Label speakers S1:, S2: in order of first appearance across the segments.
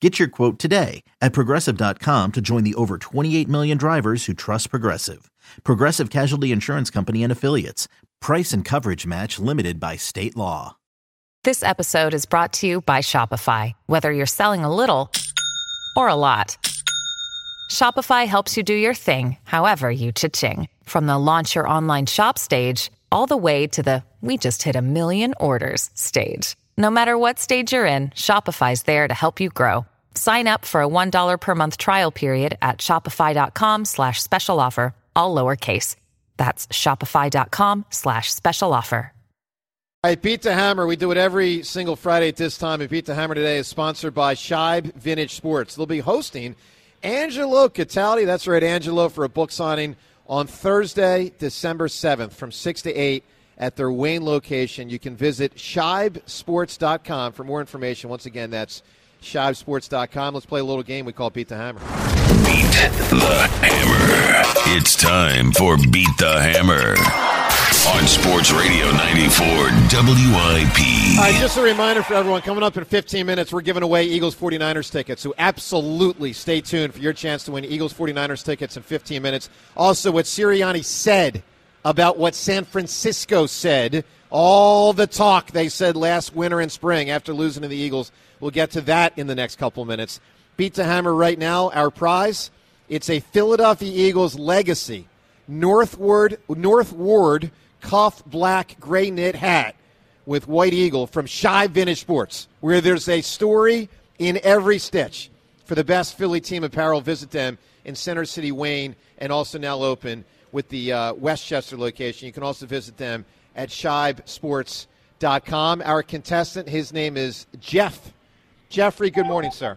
S1: Get your quote today at progressive.com to join the over 28 million drivers who trust Progressive. Progressive Casualty Insurance Company and Affiliates. Price and coverage match limited by state law.
S2: This episode is brought to you by Shopify. Whether you're selling a little or a lot, Shopify helps you do your thing, however you cha-ching. From the launch your online shop stage, all the way to the we just hit a million orders stage. No matter what stage you're in, Shopify's there to help you grow. Sign up for a $1 per month trial period at shopify.com slash special offer, all lowercase. That's shopify.com slash special offer.
S3: All right, Beat the Hammer. We do it every single Friday at this time. And Beat the Hammer today is sponsored by Scheib Vintage Sports. They'll be hosting Angelo Cataldi. That's right, Angelo, for a book signing on Thursday, December 7th from 6 to 8 at their Wayne location. You can visit SchibeSports.com for more information. Once again, that's SchibeSports.com. Let's play a little game we call Beat the Hammer.
S4: Beat the Hammer. It's time for Beat the Hammer on Sports Radio 94 WIP.
S3: All right, just a reminder for everyone coming up in 15 minutes, we're giving away Eagles 49ers tickets. So, absolutely stay tuned for your chance to win Eagles 49ers tickets in 15 minutes. Also, what Sirianni said about what San Francisco said, all the talk they said last winter and spring after losing to the Eagles. We'll get to that in the next couple minutes. Beat the Hammer right now, our prize. It's a Philadelphia Eagles legacy Northward, Northward cuff black gray knit hat with White Eagle from Shy Vintage Sports, where there's a story in every stitch. For the best Philly team apparel, visit them in Center City, Wayne, and also now open with the uh, Westchester location. You can also visit them at shibesports.com. Our contestant, his name is Jeff. Jeffrey, good morning, sir.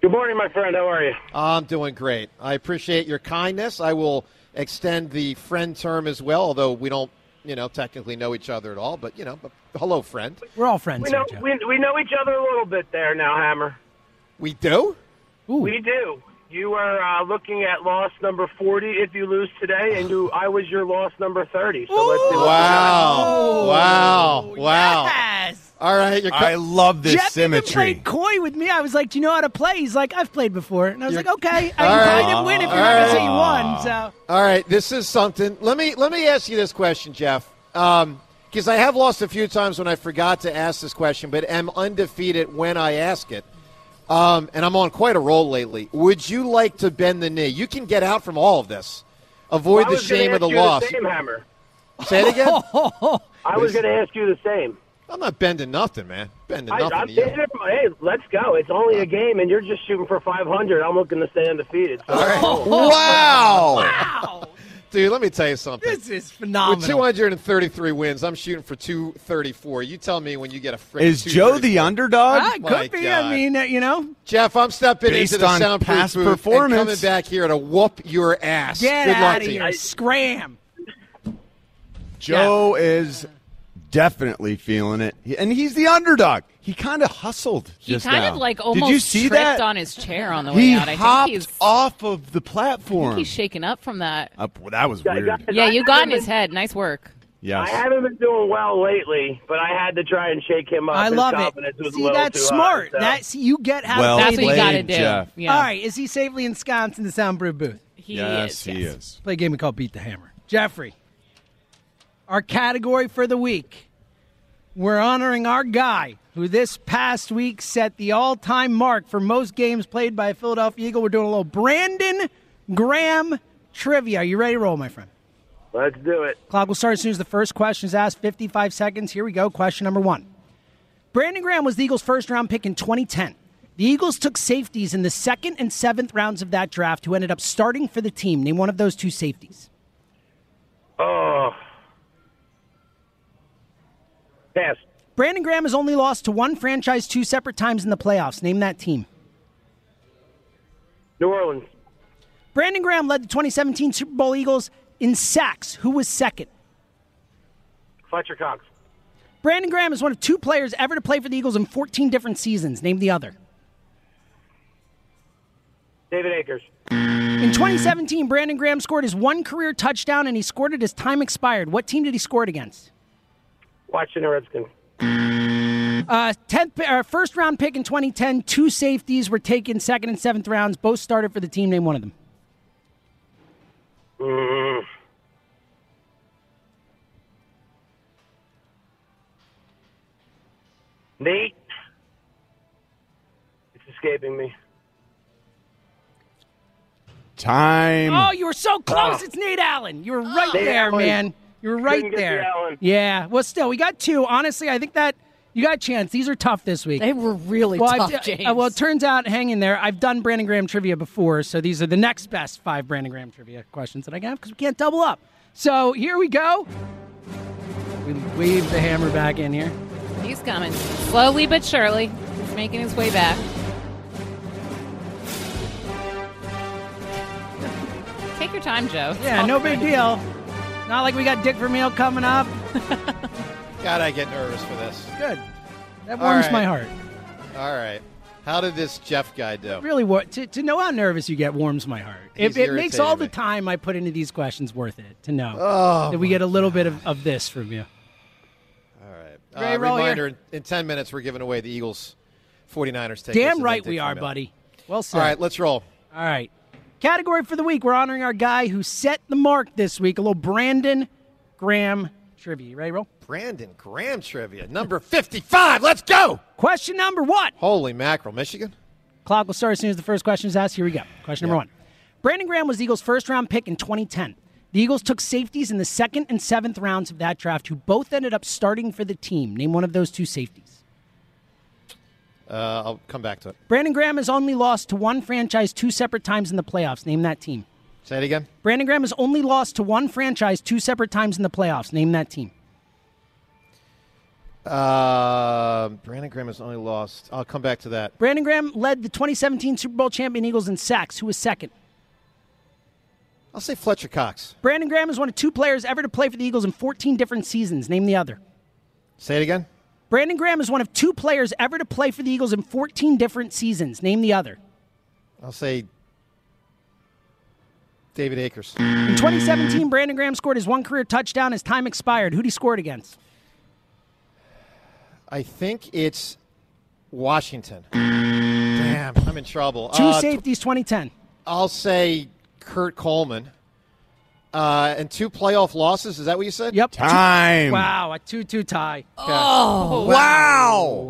S5: Good morning, my friend. How are you?
S3: I'm doing great. I appreciate your kindness. I will extend the friend term as well, although we don't, you know, technically know each other at all. But you know, but hello, friend.
S6: We're all friends
S5: We
S6: here,
S5: know
S6: Jeff.
S5: we, we know each other a little bit there now, Hammer.
S3: We do.
S6: Ooh,
S5: We do. You are uh, looking at loss number forty if you lose today, and you I was your loss number thirty. So let's see. what we got.
S3: Wow! Wow! Wow! All right, you're.
S7: I love this
S6: Jeff
S7: symmetry.
S6: even played coy with me. I was like, "Do you know how to play?" He's like, "I've played before," and I was
S3: You're-
S6: like, "Okay." I
S3: All right.
S6: I didn't win if you're
S3: All
S6: not
S3: right.
S6: gonna say you won. So
S3: All right, this is something. Let me let me ask you this question, Jeff, because I have lost a few times when I forgot to ask this question, but am undefeated when I ask it, um, and I'm on quite a roll lately. Would you like to bend the knee? You can get out from all of this. Avoid
S5: I
S3: the
S5: was gonna
S3: shame of
S5: ask
S3: the
S5: you
S3: loss.
S5: same, Hammer.
S3: Say it again.
S5: I was going to ask you the same.
S3: I'm not bending nothing, man. Bending
S5: I,
S3: nothing.
S5: I'm
S3: to you.
S5: saying, hey, let's go. It's only a game, and you're just shooting for 500. I'm looking to stay undefeated. So let's
S3: Oh,
S5: roll.
S3: Wow,
S6: Ow.
S3: dude. Let me tell you something.
S6: this is
S3: With
S6: phenomenal.
S3: 233 wins, I'm shooting for 234. You tell me when you get a frick.
S7: Is Joe the underdog?
S6: Ah, it
S3: Oh my
S6: could be.
S3: God.
S6: I mean, uh, you know,
S3: Jeff, I'm stepping
S7: Based
S3: into the
S7: on
S3: soundproof
S7: past
S3: booth and
S7: performance.
S3: coming back here to whoop your ass.
S6: get
S3: Good luck
S6: out of
S3: to
S6: here,
S3: you.
S6: scram.
S7: Joe is definitely feeling it, He- and he's the underdog. He kind of hustled.
S8: He
S7: just
S8: kind
S7: now.
S8: of like almost
S7: Did you see
S8: tripped
S7: that?
S8: on his chair on the way
S7: he
S8: out. I
S7: hopped
S8: think he's
S7: off of the
S8: I
S7: platform.
S8: think he's shaken up from that.
S7: Up- well, that was
S5: Yeah,
S7: weird.
S5: guys,
S8: yeah,
S5: I
S8: you got in
S5: haven't
S8: his head. Nice work.
S7: Yes.
S5: I haven't been doing well lately, but I had to try and shake him up.
S6: I
S5: His
S6: love
S5: confidence
S6: it.
S5: Was a
S6: See,
S5: little
S6: that's
S5: too
S6: smart.
S5: High, so.
S6: That's you get how
S7: Well
S6: to
S8: That's
S6: play
S8: what you
S6: the
S8: got
S6: game.
S8: to
S7: played,
S8: do.
S7: Jeff.
S8: Yeah.
S6: All right, is he safely ensconced in the soundproof booth?
S8: He
S7: yes,
S8: is,
S7: he
S8: yes.
S7: is.
S6: Play a game we call Beat the Hammer. Jeffrey, our category for the week. We're honoring our guy who this past week set the all time mark for most games played by a Philadelphia Eagle. We're doing a little Brandon Graham trivia. Are you ready to roll, my friend?
S5: Let's do it.
S6: Clock will start as soon as the first question is asked. 55 seconds. Here we go. Question number one. Brandon Graham was the Eagles' first round pick in 2010. The Eagles took safeties in the second and seventh rounds of that draft who ended up starting for the team. Name one of those two safeties.
S5: Oh, pass.
S6: Brandon Graham has only lost to one franchise two separate times in the playoffs. Name that team.
S5: New Orleans.
S6: Brandon Graham led the 2017 Super Bowl Eagles in sacks. Who was second?
S5: Fletcher Cox.
S6: Brandon Graham is one of two players ever to play for the Eagles in 14 different seasons. Name the other.
S5: David Akers.
S6: In 2017, Brandon Graham scored his one career touchdown and he scored it as time expired. What team did he score it against?
S5: Washington Redskins.
S6: Uh, tenth, pi- uh, first round pick in 2010, two safeties were taken second and seventh rounds. Both started for the team. Name one of them.
S5: Mm. Nate. It's escaping me.
S7: Time.
S6: Oh, you were so close. It's Nate Allen. You were right
S5: Nate
S6: there,
S5: Allen.
S6: man. You were right
S5: Couldn't get
S6: there.
S5: the Allen.
S6: Yeah. Well, still, we got two. Honestly, I think that you got a chance. These are tough this week.
S8: They were really
S6: well, I've
S8: tough,
S6: d-
S8: James.
S6: uh, well, it turns out, hang in there. I've done Brandon Graham trivia before, so these are the next best five Brandon Graham trivia questions that I can have because we can't double up. So here we go. We weave the hammer back in here.
S8: He's coming slowly but surely. He's making his way back. Take your time, Joe. It's
S6: Yeah,
S8: all
S6: no big
S8: good.
S6: deal. Not like we got Dick Vermeil coming up.
S3: God, I get nervous for this.
S6: Good. That
S3: All
S6: warms
S3: right.
S6: my heart.
S3: All right. How did this Jeff guy do?
S6: Really, war- to, to know how nervous you get warms my heart. It,
S3: He's
S6: it makes all the
S3: irritating me.
S6: time I put into these questions worth it to know
S3: Oh,
S6: that we get a little bit of, of this from you.
S3: All right.
S6: Ray,
S3: Uh,
S6: roll here.
S3: reminder in, in 10 minutes, we're giving away the Eagles 49ers tickets.
S6: Damn
S3: and
S6: right
S3: then
S6: we
S3: Dick
S6: are,
S3: Vermeil.
S6: buddy. Well said.
S3: All right, let's roll.
S6: All right. Category for the week, we're honoring our guy who set the mark this week, a little Brandon Graham trivia. You Ready, roll?
S3: Brandon Graham trivia, number 55. Let's go.
S6: Question number one.
S3: Holy mackerel, Michigan.
S6: Clock will start as soon as the first question is asked. Here we go. Question number one. Brandon Graham was the Eagles' first round pick in 2010. The Eagles took safeties in the second and seventh rounds of that draft, who both ended up starting for the team. Name one of those two safeties.
S3: Uh, I'll come back to it.
S6: Brandon Graham has only lost to one franchise two separate times in the playoffs. Name that team.
S3: Say it again.
S6: Brandon Graham has only lost to one franchise two separate times in the playoffs. Name that team.
S3: Uh, Brandon Graham has only lost. I'll come back to that.
S6: Brandon Graham led the 2017 Super Bowl champion Eagles in sacks, who was second.
S3: I'll say Fletcher Cox.
S6: Brandon Graham is one of two players ever to play for the Eagles in 14 different seasons. Name the other.
S3: Say it again.
S6: Brandon Graham is one of two players ever to play for the Eagles in 14 different seasons. Name the other.
S3: I'll say David Akers.
S6: In 2017, Brandon Graham scored his one career touchdown as time expired. Who'd he scored against?
S3: I think it's Washington. Damn, I'm in trouble.
S6: Two
S3: Uh,
S6: safeties, 2010.
S3: I'll say Kurt Coleman. Uh, and two playoff losses. Is that what you said?
S6: Yep.
S7: Time.
S6: Wow, a 2 2 tie.
S7: Wow.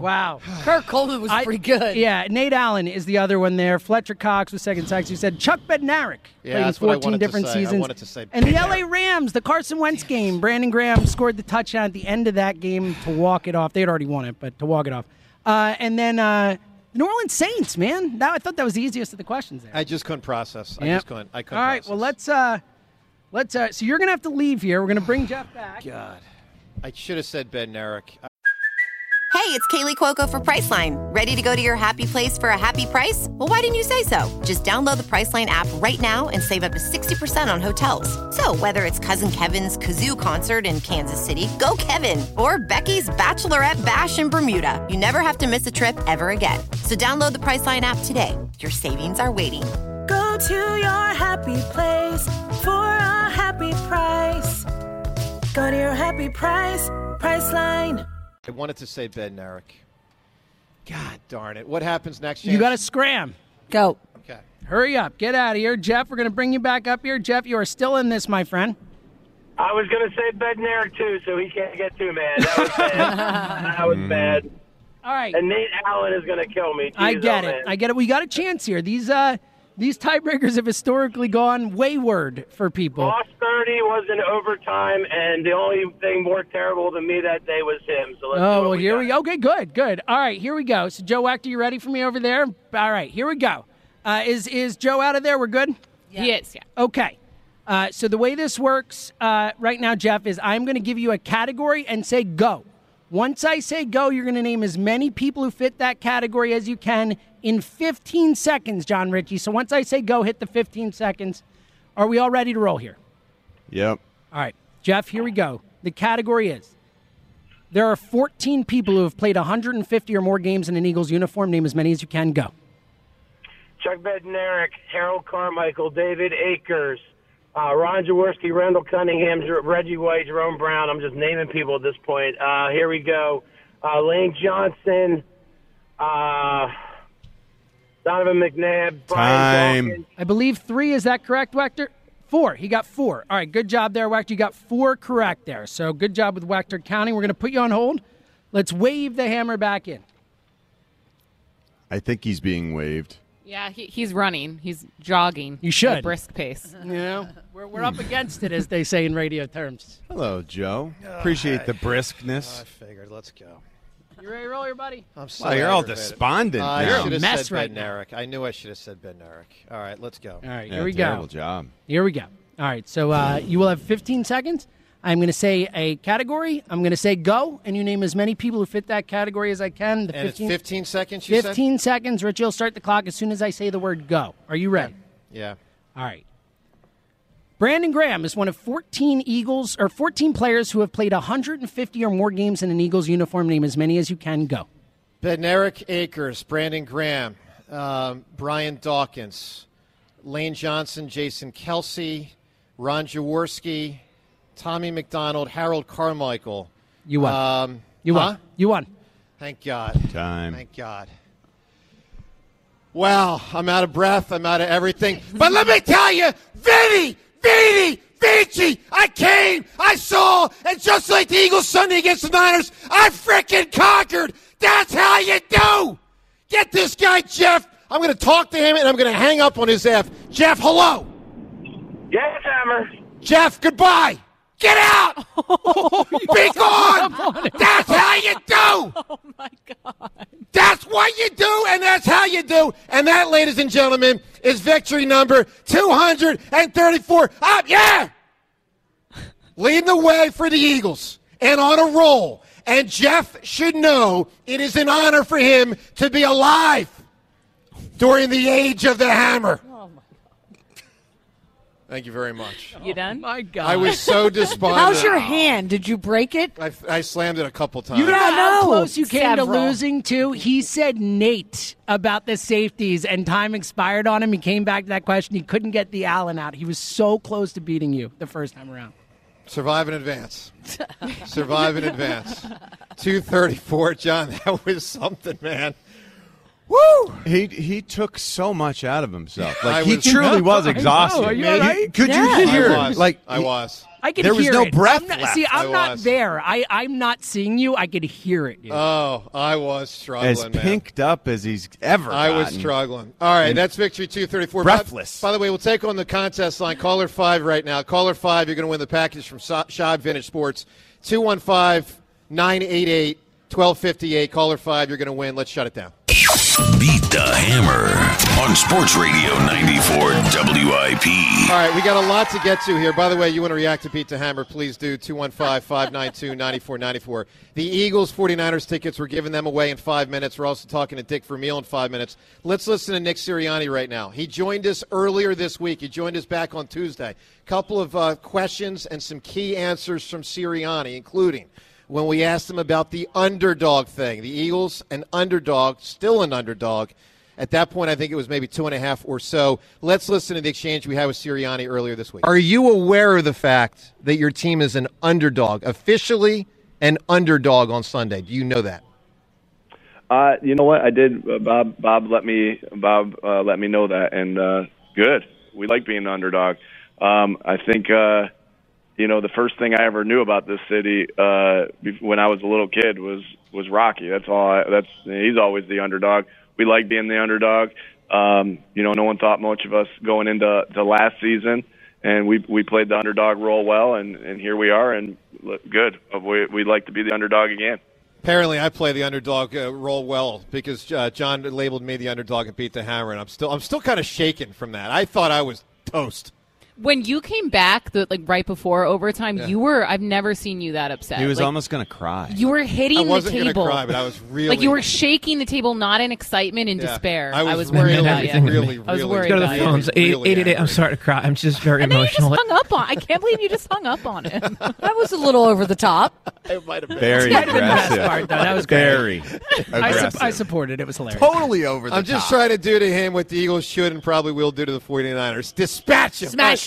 S6: Wow.
S9: Oh, Kirk Coleman was
S6: I-
S9: pretty good.
S6: Yeah, Nate Allen is the other one there. Fletcher Cox was second sacks. You said Chuck Bednarik
S3: Yeah,
S6: played in
S3: that's what I
S6: 14
S3: wanted to
S6: different
S3: say. I
S6: seasons.
S3: wanted to say
S6: and the
S3: Bednarik.
S6: LA Rams, the Carson Wentz game, Brandon Graham scored the touchdown at the end of that game to walk it off. They had already won it, but to walk it off. Uh, and then uh, the New Orleans Saints, man. That, I thought that was the easiest of the questions there.
S3: I just couldn't process. I
S6: Yep.
S3: just couldn't. I couldn't.
S6: All right,
S3: process.
S6: well, let's. Uh, Let's. Uh, so you're gonna have to leave here. We're gonna bring Jeff back.
S3: God, I should have said Ben Narek.
S10: Hey, it's Kaylee Cuoco for Priceline. Ready to go to your happy place for a happy price? Well, why didn't you say so? Just download the Priceline app right now and save up to 60% on hotels. So, whether it's Cousin Kevin's Kazoo concert in Kansas City, go Kevin, or Becky's Bachelorette Bash in Bermuda, you never have to miss a trip ever again. So, download the Priceline app today. Your savings are waiting.
S9: Go to your happy place for a happy price. Go to your happy price, Priceline.
S3: I wanted to say Ben Narek. God darn it! What happens next? James?
S6: You gotta scram.
S9: Go.
S3: Okay.
S6: Hurry up. Get out of here, Jeff. We're gonna bring you back up here, Jeff. You are still in this, my friend.
S5: I was going to say Bednarik, too, so he can't get too mad. That was bad. that was bad.
S6: All right.
S5: And Nate Allen is going to kill me.
S6: I
S5: Jeez,
S6: get
S5: oh,
S6: it.
S5: man.
S6: I get it. We got a chance here. These uh these tiebreakers have historically gone wayward for people.
S5: Lost 30 was in overtime, and the only thing more terrible than me that day was him. So let's see
S6: Oh
S5: what
S6: well,
S5: we
S6: here
S5: got.
S6: we go. Okay, good, good. All right, here we go. So Joe Wachter, you ready for me over there? All right, here we go. Uh, is is Joe out of there? We're good.
S8: He is, yeah.
S6: Okay. Uh, so the way this works uh, right now, Jeff, is I'm going to give you a category and say go. Once I say go, you're going to name as many people who fit that category as you can in 15 seconds, John Ritchie. So once I say go, hit the 15 seconds. Are we all ready to roll here?
S7: Yep.
S6: All right, Jeff, here we go. The category is There are 14 people who have played 150 or more games in an Eagles uniform. Name as many as you can. Go.
S5: Chuck Bednarik, Harold Carmichael, David Akers, uh, Ron Jaworski, Randall Cunningham, Jer- Reggie White, Jerome Brown. I'm just naming people at this point. Uh, here we go. Uh, Lane Johnson, uh, Donovan McNabb, Brian Dawkins.
S6: I believe three. Is that correct, Wechter? Four. He got four. All right. Good job there, Wechter. You got four correct there. So good job with Wechter County. We're going to put you on hold. Let's wave the hammer back in.
S7: I think he's being waived.
S8: Yeah, he, he's running. He's jogging.
S6: You should.
S8: At a brisk pace.
S6: You know, we're, we're up against it, as they say in radio terms.
S7: Hello, Joe. Appreciate the
S3: Oh,
S7: briskness.
S3: figured. Let's go.
S6: You ready to roll your buddy?
S3: I'm
S7: Wow, you're all despondent
S3: I
S7: now.
S3: should
S7: You're a
S3: have
S6: mess
S3: said
S6: right
S3: Ben Narek. I knew I should have said Ben Narek. All right, let's go.
S6: All right,
S7: Yeah,
S6: here we
S7: terrible
S6: go.
S7: job.
S6: Here we go. All right, so uh, you will have 15 seconds. I'm going to say a category. I'm going to say go, and you name as many people who fit that category as I can. The
S3: And it's
S6: 15,
S3: 15 seconds, you
S6: 15 seconds. Rich, you'll start the clock as soon as I say the word go. Are you ready?
S3: said? Yeah.
S6: All right. Brandon Graham is one of 14 Eagles or 14 players who have played 150 or more games in an Eagles uniform. Name as many as you can. Go.
S3: Ben Narek Akers, Brandon Graham, um, Brian Dawkins, Lane Johnson, Jason Kelsey, Ron Jaworski, Tommy McDonald, Harold Carmichael.
S6: You won.
S3: Um,
S6: you won.
S3: huh?
S6: You won.
S3: Thank God.
S7: Time.
S3: Thank God. Wow, I'm out of breath. I'm out of everything. But let me tell you, Vinny, Vinny, Vinci, I came, I saw, and just like the Eagles Sunday against the Niners, I freaking conquered. That's how you do. Get this guy, Jeff. I'm going to talk to him and I'm going to hang up on his F. Jeff, hello.
S5: Yes, Hammer.
S3: Jeff, goodbye. Get out. Be gone. That's how you do.
S8: Oh my god.
S3: That's what you do, and that's how you do. And that, ladies and gentlemen, is victory number 234. Up, yeah! Leading the way for the Eagles and on a roll. And Jeff should know it is an honor for him to be alive during the age of the hammer.
S8: Oh
S3: Thank you very much.
S8: You done?
S6: My God.
S3: I uh, was so despondent.
S11: How's your hand? Did you break it?
S3: I, I slammed it a couple times.
S6: You know
S11: Yeah,
S6: how
S11: I know.
S6: close you came to
S11: Several.
S6: losing too? He said Nate about the safeties and time expired on him. He came back to that question. He couldn't get the Allen out. He was so close to beating you the first time around.
S3: Survive in advance. Survive in advance. 234, John. That was something, man. Woo!
S7: He he took so much out of himself.
S3: I
S7: Like he
S3: was-
S7: truly was
S6: I know.
S7: exhausted.
S6: Are you
S7: He-
S6: all right?
S7: could
S11: Yeah.
S7: you
S11: I
S7: hear?
S3: I was.
S7: Like
S3: I
S7: he-
S3: was.
S6: I could
S7: There was
S6: hear
S7: no
S6: it.
S7: breath
S6: I'm not,
S7: left.
S6: See, I'm
S3: I
S6: not
S3: was.
S6: there. I, I'm not seeing you. I could hear it. dude.
S3: Oh, I was struggling,
S7: as
S3: man.
S7: pinked up as he's ever.
S3: I was
S7: gotten.
S3: struggling. All right, that's victory 234.
S7: Breathless.
S3: By, by the way, we'll take on the contest line. Caller 5 right now. Caller 5, you're going to win the package from Sa- Shab Vintage Sports. 215 988 1258. Caller 5, you're going to win. Let's shut it down.
S4: Beat the Hammer on Sports Radio 94 WIP.
S3: All right, we got a lot to get to here. By the way, you want to react to Beat the Hammer, please do. 215 592 9494. The Eagles 49ers tickets, we're giving them away in five minutes. We're also talking to Dick Vermeil in five minutes. Let's listen to Nick Sirianni right now. He joined us earlier this week, he joined us back on Tuesday. Couple of uh, questions and some key answers from Sirianni, including when we asked him about the underdog thing. The Eagles, an underdog, still an underdog. At that point, I think it was maybe two and a half or so. Let's listen to the exchange we had with Sirianni earlier this week. Are you aware of the fact that your team is an underdog, officially an underdog on Sunday? Do you know that?
S12: Uh, you know what? I did. Uh, Bob Bob let me Bob uh, let me know that, and uh, good. We like being an underdog. Um, I think uh, you know the first thing I ever knew about this city uh, bef- when I was a little kid was was Rocky. That's all. I, that's he's always the underdog. We like being the underdog. Um, you know, no one thought much of us going into to last season, and we we played the underdog role well, and and here we are, and look, good. We we like to be the underdog again.
S3: Apparently, I play the underdog uh, role well because uh, John labeled me the underdog and beat the hammer, and I'm still I'm still kind of shaken from that. I thought I was toast.
S8: When you came back, the, like right before overtime, you were—I've never seen you that upset.
S7: He was
S8: Like,
S7: almost gonna cry.
S8: You were hitting
S3: I wasn't
S8: the
S3: gonna
S8: table.
S3: cry, but I was really
S8: like you were shaking the table, not in excitement and
S3: Yeah.
S8: despair.
S3: I was,
S8: worried
S3: really,
S8: about you.
S3: really, really,
S8: I was worried
S11: Go to the
S8: about you.
S11: phones.
S3: really, really angry.
S11: sorry to cry. I'm just very
S8: And then you just hung up on. I can't believe you just hung up on him.
S11: That was a little over the top.
S3: It might have been.
S7: Very
S6: That would've been the best
S7: aggressive.
S6: part, though. That was great.
S7: Very
S6: I, sup-
S7: aggressive.
S6: I supported it. It was hilarious.
S7: Totally over
S3: I'm just trying to do to him what the Eagles should and probably will do to the 49ers. Dispatch him.
S11: Smash him.